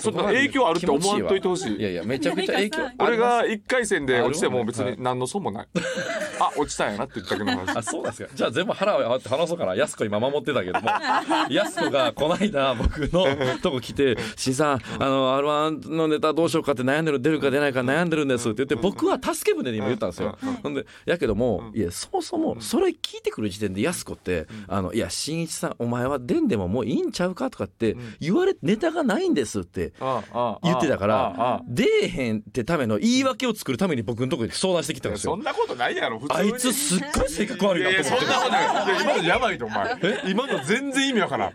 Speaker 2: そんな影響あるって思わんといてほしい
Speaker 3: いやいやめちゃくちゃ影響あります
Speaker 2: 俺が1回戦で落ちても別に何の損もない、あ落ちたんやなって言った けど
Speaker 3: あ
Speaker 2: 話
Speaker 3: そうなんですかじゃあ全部腹を割って話そうから安子今守ってたけども安子がこないだ僕のとこ来て「新さんあの r 1のネタどうしようかって悩んでる出るか出ないか悩んでるんです」って言って僕は助け舟で今言ったんですよ
Speaker 2: うんうん
Speaker 3: ほんでやけどもいやそもそもそれ聞いてくる時点で安子って「あのいや新一さんお前は出んでももういいんちゃうか?」とかって言われネタがないんですって
Speaker 2: ああああ
Speaker 3: 言ってたか
Speaker 2: あああ
Speaker 3: ら出えへんってための言い訳を作るために僕のとこに相談してきたん
Speaker 2: あ
Speaker 3: です
Speaker 2: そ
Speaker 3: よ
Speaker 2: んなことないやろ普通
Speaker 3: あ
Speaker 2: に
Speaker 3: いつすっごい性格悪
Speaker 2: い
Speaker 3: いな
Speaker 2: やい
Speaker 3: と
Speaker 2: や
Speaker 3: 思
Speaker 2: そん
Speaker 3: って
Speaker 2: なことないいや今のやばいとお前今の全然意味わからん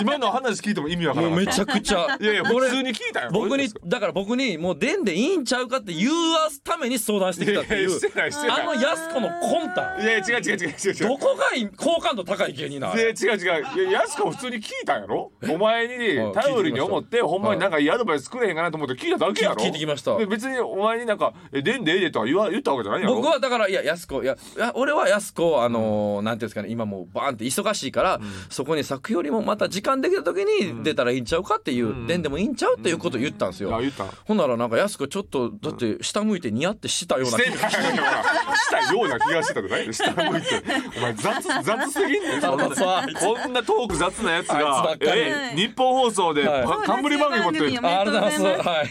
Speaker 2: 今の話聞いても意味わか
Speaker 3: も
Speaker 2: ら
Speaker 3: うんめちゃくちゃ
Speaker 2: いやいや普通に聞いたよ
Speaker 3: 僕に
Speaker 2: ど
Speaker 3: だから僕にもう出んでいいんちゃうかって言わすために相談して
Speaker 2: うい
Speaker 3: き
Speaker 2: う
Speaker 3: たっ
Speaker 2: こと
Speaker 3: て
Speaker 2: で
Speaker 3: い
Speaker 2: す
Speaker 3: う
Speaker 2: かいやいやしてないして
Speaker 3: あ
Speaker 2: な
Speaker 3: の安子の魂
Speaker 2: い
Speaker 3: 胆
Speaker 2: いやいや違う違う違う違う違う
Speaker 3: どこがい好感度高い芸人なん
Speaker 2: いや違う違ういや安子普通に聞いたんやろお前に
Speaker 3: あ
Speaker 2: 頼りに思ってほんまになんかいいアドバイス作れへんかなと思って聞いただけやろ
Speaker 3: 聞い聞いてきました
Speaker 2: で別にお前になんか「えでんでええで」とは言わ言ったわけじゃないやろ
Speaker 3: 僕はだからいや安子いやいや俺は安子あのーなんていうんですかね今もうバーンって忙しいから、そこに咲くよりもまた時間できた時に出たらいいんちゃうかっていう、出んでもいいんちゃうっていうことを言ったんですよ、
Speaker 2: あ言った
Speaker 3: ほんならなんか安子ちょっとだって下向いてニヤってしたような
Speaker 2: してんだしたような気がしてたじゃない下向いてお前雑雑すぎんねんそんな
Speaker 3: あそうあいつ
Speaker 2: こんなトーク雑なやつ
Speaker 3: あ
Speaker 2: が
Speaker 3: いつばっかり
Speaker 2: え日本放送で
Speaker 3: はい
Speaker 2: ば冠番組持ってる
Speaker 3: あありがとうございます
Speaker 1: は
Speaker 3: は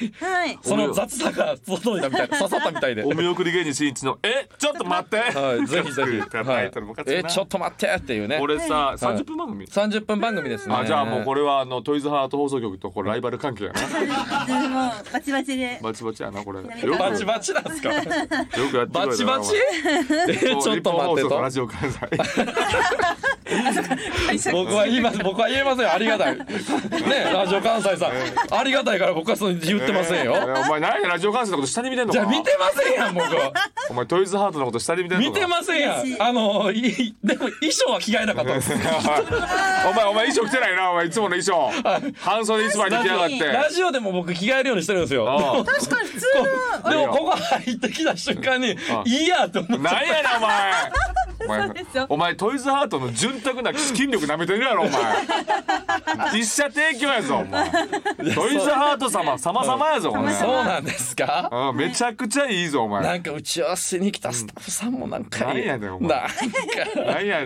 Speaker 3: い
Speaker 1: い。
Speaker 3: その雑さが届いたみた いな刺さったみたいで
Speaker 2: お見送り芸人しんいちの「えちょっと待って」
Speaker 3: はい、ぜひぜひ。
Speaker 2: タイトルもかつくな
Speaker 3: え、ちょっと待ってっていうね。
Speaker 2: 俺さ
Speaker 3: はい
Speaker 2: 30分番組
Speaker 3: 三十分番組ですね。
Speaker 2: あじゃあもうこれはあのトイズハート放送局とこれライバル関係やな
Speaker 1: でもバチバチで。
Speaker 2: バチバチやなこれよく
Speaker 1: れ
Speaker 3: バチバチなんで すか。
Speaker 2: よくやってくれたな
Speaker 3: バ チバチ
Speaker 2: お前。
Speaker 3: え、ちょっと待って
Speaker 2: 日本放送
Speaker 3: と
Speaker 2: ラ。ジオ 関西
Speaker 3: 僕は言います。僕は言えませんよ。ありがたい。ね、ラジオ関西さん。ありがたいから、僕はその言ってません
Speaker 2: え
Speaker 3: よ。
Speaker 2: ーお前何やラジオ関西のこと下に見てんの
Speaker 3: じ
Speaker 2: か
Speaker 3: ゃあ、見てません やん、僕は。
Speaker 2: お前トイズハートのこと下に見てんのか
Speaker 3: 見てませんやん。あの、い、でも、衣装は着替えなかったです。
Speaker 2: お前お前衣装着てないなお前いつもの衣装半袖一枚に着やが って
Speaker 3: ラジオでも僕着替えるようにしてるんですよ。
Speaker 2: あ あ
Speaker 1: 確かに普通
Speaker 3: でも、ここ入ってきた瞬間に
Speaker 2: あ、
Speaker 3: いいやって思っ
Speaker 2: なんやねんお前お前
Speaker 1: ですよ
Speaker 2: お前トイズハートの潤沢な筋力舐めてるやろお前 一社提供やぞお前トイズハート様様様やぞお
Speaker 3: た。そう
Speaker 2: 前
Speaker 3: なんですか。
Speaker 2: うんめちゃくちゃいいぞお前
Speaker 3: なんか打ち合わせに来たスタッフさんもなんかいい、
Speaker 2: うんなんやねんお前
Speaker 3: なんか
Speaker 2: なんやね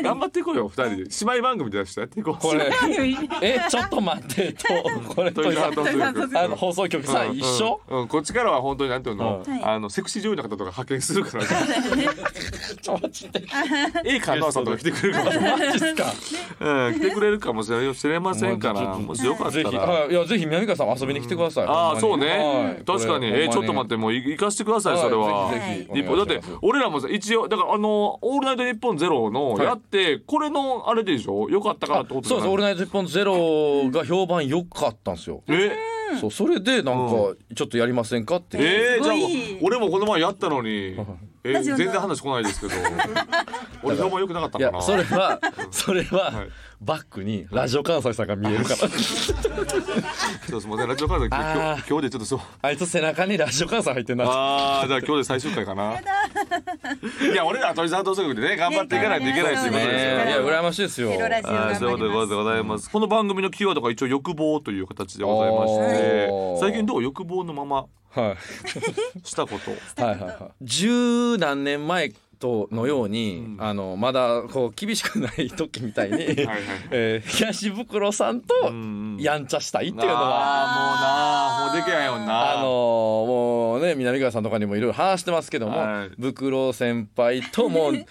Speaker 2: ん頑張っていこうよ二人で姉妹番組でしてやっていこう
Speaker 3: これ
Speaker 1: の。
Speaker 3: えちょっと待ってとこれ
Speaker 2: ト
Speaker 3: と
Speaker 2: イズハート
Speaker 3: あの放送局さ、
Speaker 2: うん
Speaker 3: 一緒、
Speaker 2: うんうんこっちからは本当になんていうの、
Speaker 3: うん
Speaker 1: はい
Speaker 2: あのセクシー女優の方とか派遣するから
Speaker 3: ちょっと待って
Speaker 2: いい観音さんとか来てくれるかもしれない。
Speaker 3: マジっ すか
Speaker 2: うん、来てくれるかもしれしれませんから、もしよかった
Speaker 3: ぜひ
Speaker 2: ら。
Speaker 3: はいいやぜひ南川さんも遊びに来てください、
Speaker 2: ああ、そうね。確かに、えちょっと待ってて、もうい行かしてください、それは。
Speaker 1: ひぜ
Speaker 2: 日本だって俺らもさ一応だからあの「オールナイトニッポンゼロの
Speaker 3: はい
Speaker 2: やって、これのあれでしょよかったからってことじ
Speaker 3: そ
Speaker 2: ゃ
Speaker 3: う
Speaker 2: ない
Speaker 3: です「オールナイトニッポンゼロが評判良かったんですよ、
Speaker 2: え
Speaker 3: そうそれでなんかちょっとやりませんかって、
Speaker 2: えー、
Speaker 1: すごい
Speaker 2: じゃあ俺もこの前やったの に、え
Speaker 1: ラジオ
Speaker 2: 全
Speaker 1: の
Speaker 2: 然話来ないですけど俺評判良くなかった
Speaker 3: い
Speaker 2: か
Speaker 3: や
Speaker 2: な
Speaker 3: それ はそれは、
Speaker 2: はい
Speaker 3: バックにラジオ関西さんが見えるから
Speaker 2: そうすみませんラジオ関西今日
Speaker 3: あー
Speaker 2: 今日でちょっとそう
Speaker 3: あいつ背中にラジオ関西入ってんな
Speaker 2: ああじゃあ今日で最終回かないや俺ら鳥沢同窓局でね頑張っていかないといけないということ
Speaker 3: ね
Speaker 2: ですよ
Speaker 3: えい
Speaker 2: ね
Speaker 3: や羨ましいですよ
Speaker 1: テロラジオ
Speaker 2: はい、そういうことでございます。この番組のキーワードが一応欲望という形でございまして
Speaker 3: おー、
Speaker 2: 最近どう欲望のまま
Speaker 3: はい
Speaker 2: したこと。
Speaker 3: はいはいはい。十何年前とのよう
Speaker 2: う
Speaker 3: に、
Speaker 2: ん
Speaker 3: あのまだこう厳しくない時みたいに、
Speaker 2: は いはい。
Speaker 3: えー、東袋さんと
Speaker 2: うん
Speaker 3: やんちゃしたいっていうのは。
Speaker 2: あーもうなもうできないよな。
Speaker 3: あのーもうね南川さんとかにもいろいろ話してますけども、
Speaker 2: はい
Speaker 3: 袋先輩とも2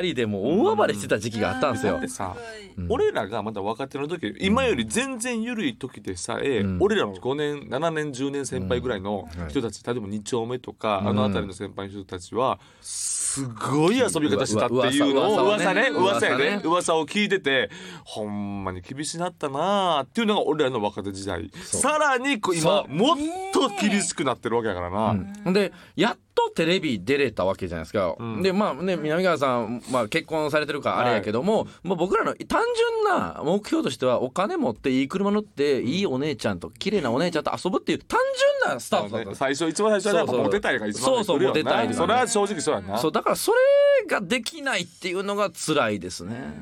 Speaker 3: 人でもう大暴れしてた時期があったんです
Speaker 2: だ
Speaker 3: よ
Speaker 2: って。さ
Speaker 3: うん
Speaker 2: 俺らがまだ若手の時今より全然緩い時でさえ、
Speaker 3: うん
Speaker 2: 俺らの5年7年10年先輩ぐらいの
Speaker 3: うんはい
Speaker 2: 人たち、例えば2丁目とか、
Speaker 3: うん
Speaker 2: あの辺りの先輩の人たちはすごい遊び方してたっていうのを
Speaker 3: うわ噂
Speaker 2: 噂
Speaker 3: をね
Speaker 2: ね噂やね
Speaker 3: 噂ね
Speaker 2: 噂を聞いててほんまに厳しなったなあっていうのが俺らの若手時代
Speaker 3: う
Speaker 2: さらにこう今
Speaker 3: そ
Speaker 2: もっと厳しくなってるわけやからな。
Speaker 3: うんでやっとテレビ出れたわけじゃないですか、
Speaker 2: うん
Speaker 3: でまあね南川さん、まあ、結婚されてるからあれやけども、まあ、僕らの単純な目標としてはお金持っていい車乗っていいお姉ちゃんと綺麗なお姉ちゃんと遊ぶっていう単純なスタートだったんです
Speaker 2: 最初一番最初はやっぱ
Speaker 3: そうそう
Speaker 2: モテたいが一番
Speaker 3: そうそう
Speaker 2: 来るよな
Speaker 3: モテたいとか
Speaker 2: そ
Speaker 3: ね
Speaker 2: れは正直そうやな
Speaker 3: そうだからそれができないっていうのが辛いですね。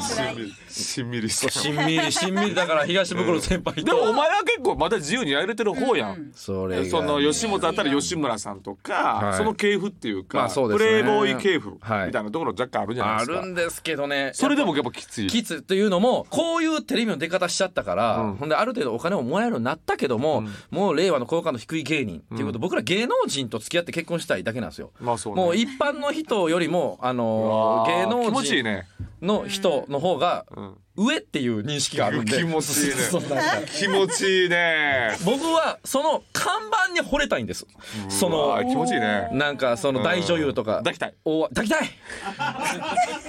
Speaker 2: しんみりしんみりした
Speaker 3: しんみりしんみりだから東袋先 輩と。
Speaker 2: でもお前は結構まだ自由にやれてる方やん。
Speaker 3: それがね
Speaker 2: その吉本だったら吉村さんとか、
Speaker 3: はい
Speaker 2: その系譜っていうか、
Speaker 3: まあそうで
Speaker 2: プ
Speaker 3: すね
Speaker 2: レイボーイ系譜み
Speaker 3: はい
Speaker 2: たいなところ若干あるじゃないです
Speaker 3: あ
Speaker 2: か。
Speaker 3: るんですけどね。
Speaker 2: それでもやっぱきつい。
Speaker 3: キッズというのもこういうテレビの出方しちゃったから、
Speaker 2: うん
Speaker 3: ほんである程度お金をもらえるようになったけども、
Speaker 2: うん
Speaker 3: もう令和の好感度低い芸人っていうこと、
Speaker 2: うん
Speaker 3: 僕ら芸能人と付き合って結婚したいだけなんですよ。
Speaker 2: まあそうね。
Speaker 3: もう一般の人よりもあ
Speaker 2: う
Speaker 3: の
Speaker 2: わー
Speaker 3: ー芸
Speaker 2: 気
Speaker 3: 能
Speaker 2: 持ちいい
Speaker 3: 人
Speaker 2: ね。
Speaker 3: の人の方が
Speaker 2: うん
Speaker 3: 上っていう認識があるんで
Speaker 2: 気持ちいいね
Speaker 3: そうなんか
Speaker 2: 気持ちいいね。
Speaker 3: 僕はその看板に惚れたいんですそう
Speaker 2: わ
Speaker 3: の
Speaker 2: ー気持ちいいね。
Speaker 3: なんかその大女優と
Speaker 2: う
Speaker 3: か
Speaker 2: ん抱きたい
Speaker 3: お抱きた い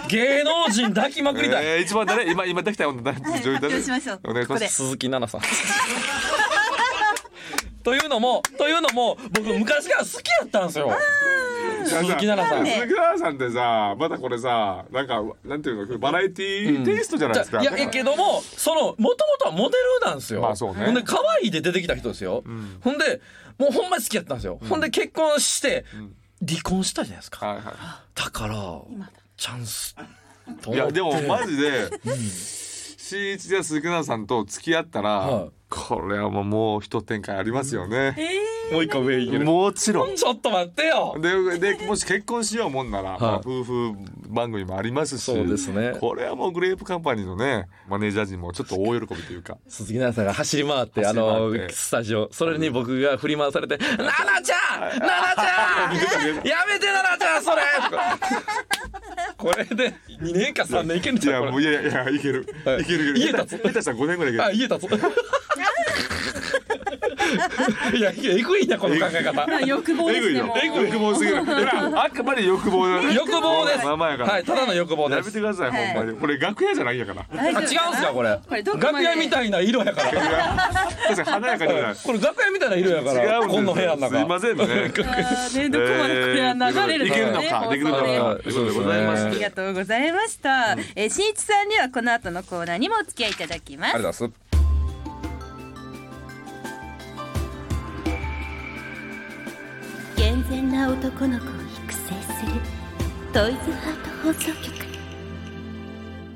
Speaker 3: 芸能人抱きまくりたい、
Speaker 2: えー一番誰今今できた女誰女優
Speaker 1: 発
Speaker 2: 誰
Speaker 1: 表しましょう
Speaker 2: お願いし
Speaker 1: こ
Speaker 2: ま。
Speaker 1: こです
Speaker 3: 鈴木奈々さん というのもというのも僕昔から好きやったんですよ鈴木奈々さん
Speaker 2: 鈴木奈々さんってさまたこれさなんかなんていうのバラエティーテイストじゃないですか。
Speaker 3: いやいやけどもそのもともとはモデルなんですよ、
Speaker 2: まあそうね
Speaker 3: ほんで可愛いで出てきた人ですよ、ほんでもうほんまに好きやったんですよ、ほんで結婚して離婚したじゃないですか、
Speaker 2: はいは
Speaker 3: だからチャンスと
Speaker 2: い。い
Speaker 3: 思っ
Speaker 2: や
Speaker 3: て
Speaker 2: でもマジで。し一や鈴木奈々さんと付き合ったら、
Speaker 3: はい
Speaker 2: これはもうもう一展開ありますよね。
Speaker 3: もう一個上い
Speaker 2: もちろん。
Speaker 3: ちょっと待ってよ
Speaker 2: ででもし結婚しようもんなら、まあ夫婦番組もありますし
Speaker 3: そうですね
Speaker 2: これはもうグレープカンパニーのねマネージャー陣もちょっと大喜びというか
Speaker 3: 鈴木奈々さんが走り回ってあ
Speaker 2: 走り回
Speaker 3: の
Speaker 2: って
Speaker 3: スタジオそれに僕が振り回されて「奈々ちゃん奈々 ちゃんやめて奈々ちゃんそれ!とか」これで2年か3年いけん
Speaker 2: い
Speaker 3: じゃ
Speaker 2: や
Speaker 3: ん
Speaker 2: も
Speaker 3: こ
Speaker 2: うい
Speaker 3: れ
Speaker 2: やいやいける、
Speaker 3: はい
Speaker 2: い、けるいけ
Speaker 3: 家
Speaker 2: る下
Speaker 3: 立つ
Speaker 2: 手下手したら5年ぐらいいける
Speaker 3: あ家立つ いやいやえぐいなこの考え方
Speaker 1: 欲望ですねもう
Speaker 2: えぐいよ欲望すぎるほらあくまで欲望だね
Speaker 3: 欲望です
Speaker 2: まあまあやから、
Speaker 3: はいただの欲
Speaker 2: や
Speaker 3: 望
Speaker 2: め
Speaker 3: で
Speaker 2: て
Speaker 3: す
Speaker 2: ください、
Speaker 1: はい
Speaker 2: ほんまにこれ楽屋じゃないんやから
Speaker 1: あ違
Speaker 3: あ違うんすかこれ
Speaker 1: これどこま
Speaker 3: 楽
Speaker 1: で
Speaker 3: 屋みたいな色やから
Speaker 2: 確かに華やかではない
Speaker 3: これ楽屋みたいな色やか
Speaker 2: 違うん
Speaker 3: ら
Speaker 2: です
Speaker 3: こんな部屋の中
Speaker 2: すいません ね
Speaker 1: あーねどこまでこれは流れる
Speaker 2: いけるのか、
Speaker 1: 放送
Speaker 2: できるの
Speaker 1: で
Speaker 2: か、ということでございま
Speaker 1: あ
Speaker 2: し
Speaker 1: り
Speaker 2: て。
Speaker 1: がとうございました。えー、しんいちさんにはこの後のコーナーにもお付き合いいただきます。
Speaker 3: りがとうございます
Speaker 4: 健全な男の子を育成するトイズハート放送局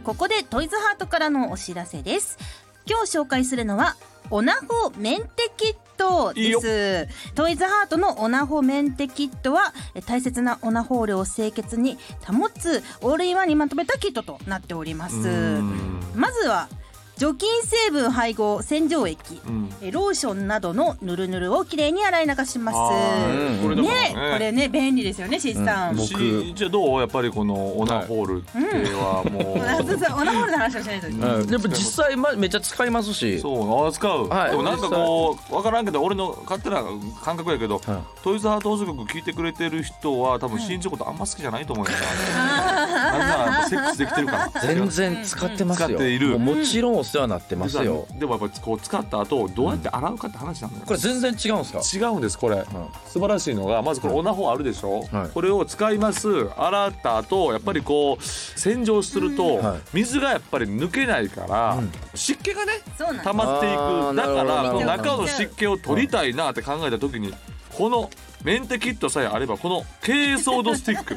Speaker 1: ここでトイズハートからのお知らせです。今日紹介するのは、オナホメンテキット
Speaker 2: いいよ
Speaker 1: です。トイズハートのオナホメンテキットは、え大切なオナホールを清潔に保つオールインワンにまとめたキットとなっております。
Speaker 2: うん
Speaker 1: まずは、除菌成分配合洗浄液、
Speaker 2: うん
Speaker 1: えローションなどのぬるぬるをきれいに洗い流します。
Speaker 2: あーこれだ
Speaker 1: ね
Speaker 2: から
Speaker 1: これね便利ですよねしんさん。
Speaker 3: うん
Speaker 2: しじゃあどうやっぱりこのオナホールってはもう、
Speaker 1: そうそうオナホールの話をしないと。
Speaker 3: うんやっぱ実際まめっちゃ使いますし
Speaker 2: そう扱う、
Speaker 3: はい
Speaker 2: でもなんかこうわからんけど俺の勝手な感覚やけど、
Speaker 3: は
Speaker 2: トイズハート放送局聞いてくれてる人は多分新庄ことあんま好きじゃないと思うよ な、なんならやっぱセックスできてるから
Speaker 3: 全然使ってますよ
Speaker 2: 使っている
Speaker 3: もうもちろんお世話になってますよ
Speaker 2: でもやっぱこう使った後どうやって洗うかって話なんだよ、
Speaker 3: これ全然違うんですか
Speaker 2: 違うんですこれ、素晴らしいのがまずこれオナホあるでしょ、
Speaker 3: はい
Speaker 2: これを使います洗った後やっぱりこう洗浄すると
Speaker 3: はい
Speaker 2: 水がやっぱり抜けないから
Speaker 3: うん
Speaker 2: 湿気がね
Speaker 1: そうなんで
Speaker 2: 溜
Speaker 1: す。
Speaker 2: まってい
Speaker 3: あー
Speaker 2: く
Speaker 3: な
Speaker 2: だ
Speaker 3: るほ
Speaker 2: か
Speaker 3: ど
Speaker 2: らこの
Speaker 1: なるほ
Speaker 2: 中
Speaker 1: ど
Speaker 2: の湿気を取りたいなって考えた時にこのメンテキットさえあればこの珪藻土スティック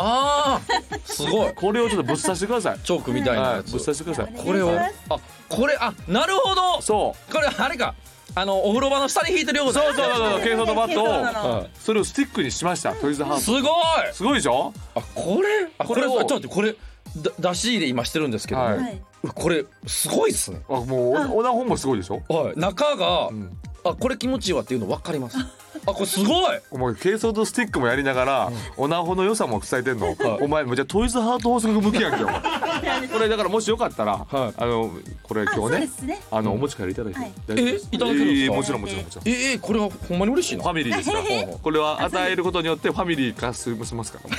Speaker 3: ああすごい
Speaker 2: これをちょっとぶっ刺してください
Speaker 3: チョークみたいな
Speaker 2: は
Speaker 3: や
Speaker 2: い
Speaker 3: つ、
Speaker 2: ぶっ刺してください
Speaker 3: これをあこれあなるほど
Speaker 2: そう
Speaker 3: これあれかあのお風呂場の下に引いてるような
Speaker 2: そうそうそうそう、ケイソードバット
Speaker 1: 珪藻土な
Speaker 2: を
Speaker 3: の
Speaker 2: うんそれをスティックにしました。トイズハー
Speaker 3: す
Speaker 2: ブ。
Speaker 3: ごい
Speaker 2: すごいでしょ。
Speaker 3: あこれあこれ
Speaker 2: これを
Speaker 3: ちょっと待ってこれだ出し入れ今してるんですけど、
Speaker 2: は
Speaker 1: はいい、
Speaker 3: これすごいっすね
Speaker 2: あもうオナホンもすごいでしょ。
Speaker 3: はい中が、
Speaker 2: ん
Speaker 3: あこれ気持ちいいわっていうの分かりますあこれすごい
Speaker 2: お前ケイソードスティックもやりながらオナホの良さも伝えてんの
Speaker 3: は。い
Speaker 2: お前もうじゃあトイズハート法則向きやんけお前。 これだからもしよかったら
Speaker 3: はい
Speaker 2: あのこれ
Speaker 1: あそう
Speaker 2: 今日
Speaker 1: で
Speaker 2: ね
Speaker 1: すね
Speaker 2: あのお持ち帰りいただいて
Speaker 1: はい
Speaker 2: 大丈夫です。
Speaker 3: えいただけるんですか
Speaker 2: ええもちろんもちろんもちろん。
Speaker 3: えー、これはほんまに嬉しい
Speaker 2: フ
Speaker 3: な
Speaker 2: ァミリーですか
Speaker 3: ほうほ
Speaker 2: ら。これは与えることによってファミリー化しますか
Speaker 1: はい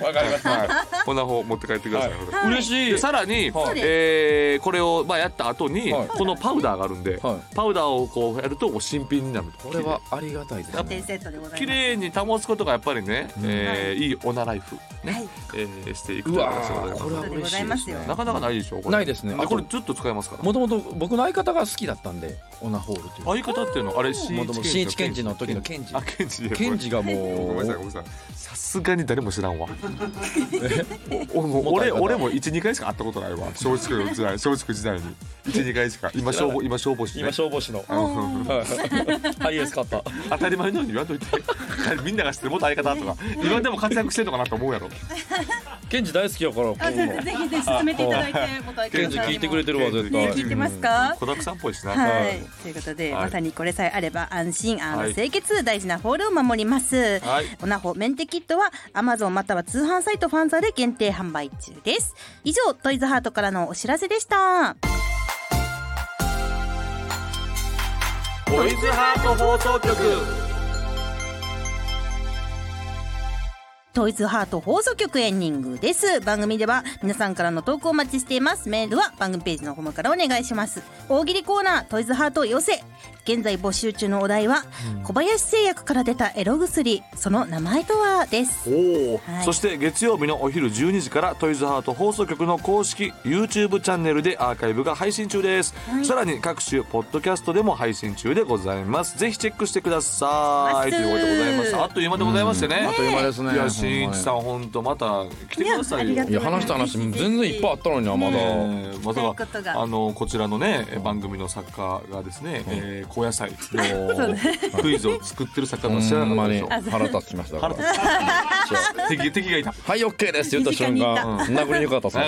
Speaker 3: わかりました
Speaker 2: ら。はい。オナホ持って帰ってください。
Speaker 1: い
Speaker 3: 嬉しい
Speaker 2: でさらに、
Speaker 3: はい
Speaker 2: えーこれをまあやった後に、
Speaker 3: はい
Speaker 2: このパウダーがあるんで、
Speaker 3: はい
Speaker 2: パウダーをこうやるとこう新品になる
Speaker 3: これはありがたいです
Speaker 2: やっ
Speaker 1: 一点セットでございます
Speaker 2: 綺麗に保つことがやっぱりね、えーい、いオナライフ、ね
Speaker 1: はい
Speaker 2: えーしていく
Speaker 3: う
Speaker 2: という
Speaker 3: わ
Speaker 2: ことでござい
Speaker 3: ー
Speaker 2: ます
Speaker 3: これは嬉しいですね
Speaker 2: なかなかないでしょこれ
Speaker 3: ないですねあ
Speaker 2: で
Speaker 3: と
Speaker 2: これずっと使えますから
Speaker 3: もともと僕の相方が好きだったんでオナホールという
Speaker 2: 相方っていうのはあれ新
Speaker 3: もともと新一検事の時の検事
Speaker 2: あ検事
Speaker 3: ケンジがも
Speaker 2: ごめんなさいごめ
Speaker 3: うん
Speaker 2: なさいさすがに誰も知らん わ
Speaker 3: え
Speaker 2: おもう
Speaker 3: 元
Speaker 2: 俺
Speaker 3: 相方
Speaker 2: 俺も一二回しか会ったことないわ松竹の時代松竹時代に一二回しか今消防今消防士ね
Speaker 3: 今消防士の
Speaker 2: あの
Speaker 3: ハイエース買った
Speaker 2: 当たり前のように言わんと いてみんなが知ってる元相方とか今でも活躍してんのかなと思うやろ
Speaker 3: ケンジ大好きやから
Speaker 1: あぜひぜひぜひ進めていただいて元相方さんにも
Speaker 3: ケンジ聞いてくれてるわ
Speaker 1: ね
Speaker 3: 絶対
Speaker 1: 聞いてますか
Speaker 2: 子だくさんっぽいしな、
Speaker 1: はい、ということで、
Speaker 2: はい
Speaker 1: まさにこれさえあれば安心安
Speaker 2: はい
Speaker 1: 心清潔、大事なホールを守ります、
Speaker 2: はい
Speaker 1: オナホメンテキットは Amazon または通販サイトファンザで限定販売中です以上トイズハートからのお知らせでした
Speaker 2: ボイズハート放送局
Speaker 1: トイズハート放送局エンディングです番組では皆さんからの投稿をお待ちしていますメールは番組ページのホームからお願いします大喜利コーナートイズハート寄せ現在募集中のお題は、小林製薬から出たエロ薬その名前とはです
Speaker 2: おお、
Speaker 1: はい
Speaker 2: そして月曜日のお昼12時からトイズハート放送局の公式 YouTube チャンネルでアーカイブが配信中です、
Speaker 1: はい
Speaker 2: さらに各種ポッドキャストでも配信中でございますぜひチェックしてください
Speaker 1: お
Speaker 2: と
Speaker 1: 願い
Speaker 2: い
Speaker 1: し
Speaker 2: う
Speaker 1: ます
Speaker 2: ことでございますあっという間でございましてね、
Speaker 3: あっという間ですね
Speaker 2: いやしんいちさん本当また来てくださいよ
Speaker 1: いやありがとう
Speaker 3: いや話した話全然いっぱいあったのになまだ
Speaker 2: えーま
Speaker 1: そういうこと
Speaker 2: さか
Speaker 1: が
Speaker 2: あのこちらのねえ番組の作家がですね、えー高野菜のクイズを作ってる作家の知ら
Speaker 3: ほ
Speaker 2: なか
Speaker 3: ん
Speaker 2: った
Speaker 3: ま
Speaker 2: で
Speaker 3: に
Speaker 2: しょ
Speaker 3: 腹立ちましたか
Speaker 2: 腹
Speaker 3: ら
Speaker 2: 立
Speaker 3: そう
Speaker 2: 敵敵がいた
Speaker 3: はいオッケーですって言った瞬間うん殴りにくかったっすね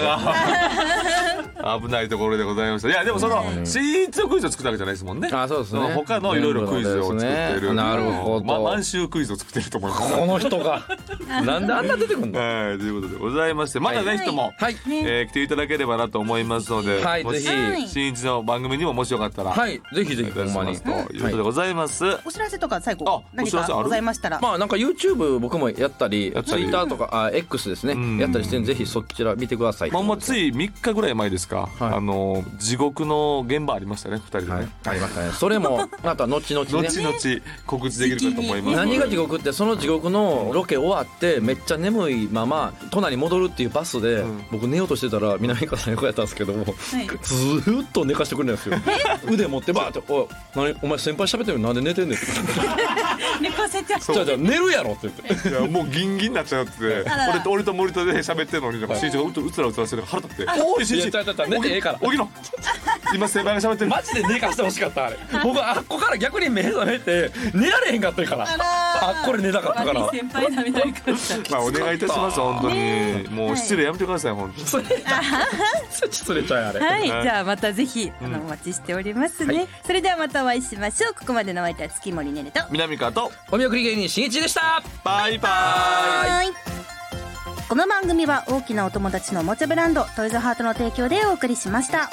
Speaker 2: あー危ないところでございましたいやでもその新一のクイズを作ったわけじゃないですもんね
Speaker 3: あそうですね
Speaker 2: の他のいろいろクイズを作って
Speaker 3: 全部のです
Speaker 2: る
Speaker 3: ねなるほど
Speaker 2: ま満州クイズを作ってると思います
Speaker 3: この人がなんであんな出てくんの
Speaker 2: はい、ということでございましてまたね、
Speaker 3: はい
Speaker 2: 人も、
Speaker 3: はい
Speaker 2: えー来ていただければなと思いますので、
Speaker 3: はい
Speaker 2: もし
Speaker 3: ぜ
Speaker 1: ひ
Speaker 2: 新一の番組にももしよかったら、
Speaker 3: はいぜひぜひ
Speaker 2: いた
Speaker 3: ほ
Speaker 2: し
Speaker 3: んま
Speaker 2: ま
Speaker 3: に
Speaker 2: すということでございます。
Speaker 1: お知らせとか最後
Speaker 2: あお
Speaker 1: 何
Speaker 2: 知ら
Speaker 1: か
Speaker 2: せある
Speaker 1: ございましたら、
Speaker 3: まあなんか YouTube 僕もやったり
Speaker 2: やったり
Speaker 3: Twitter とかあ X です
Speaker 2: うん
Speaker 3: ねやったりしてるんでぜひそちら見てください
Speaker 2: まあ、もうつい3日ぐらい前ですか、
Speaker 3: はい
Speaker 2: あの地獄の現場ありましたね2人でね、
Speaker 3: はいありましたねそれもまた後々ね
Speaker 2: 後々告知できるかと思います
Speaker 3: 何が地獄ってその地獄のロケ終わってめっちゃ眠いまま都内に戻るっていうバスで
Speaker 2: ん
Speaker 3: 僕寝ようとしてたら南川さん横やったんですけどもずーっと寝かしてくれないんですよ腕持ってバーって「おい何お前先輩喋ってるのになんで寝てんねん」って
Speaker 1: 寝かせて
Speaker 3: 「じゃあじゃあ寝るやろ」って言って
Speaker 2: いやもうギンギンになっちゃうって俺
Speaker 1: あら
Speaker 2: と俺と森田で喋ってるのになんか新一がうつうつらうつらしてるから腹立って「おい新
Speaker 3: いやちゃうちゃうちゃう寝てええから
Speaker 2: 起きろ今先輩が喋ってる
Speaker 3: マジで寝かしてほしかったあれ僕あっこから逆に目覚めて寝られへんかったからあっこれ寝たかったから
Speaker 1: 先輩だみたいな感じ
Speaker 2: まあお願いいたします本当にもう失礼やめてください本当に
Speaker 3: それ 失礼ちゃうあれ
Speaker 1: はい、
Speaker 2: はい
Speaker 1: じゃあまたぜひあのお待ちしておりますね、それではまたお会いしましょうここまでのお相手は月森ねると
Speaker 2: 南川と
Speaker 3: お見送り芸人しんいちでした
Speaker 2: バイバイ
Speaker 1: はいこの番組は大きなお友達のおもちゃブランドトイズハートの提供でお送りしました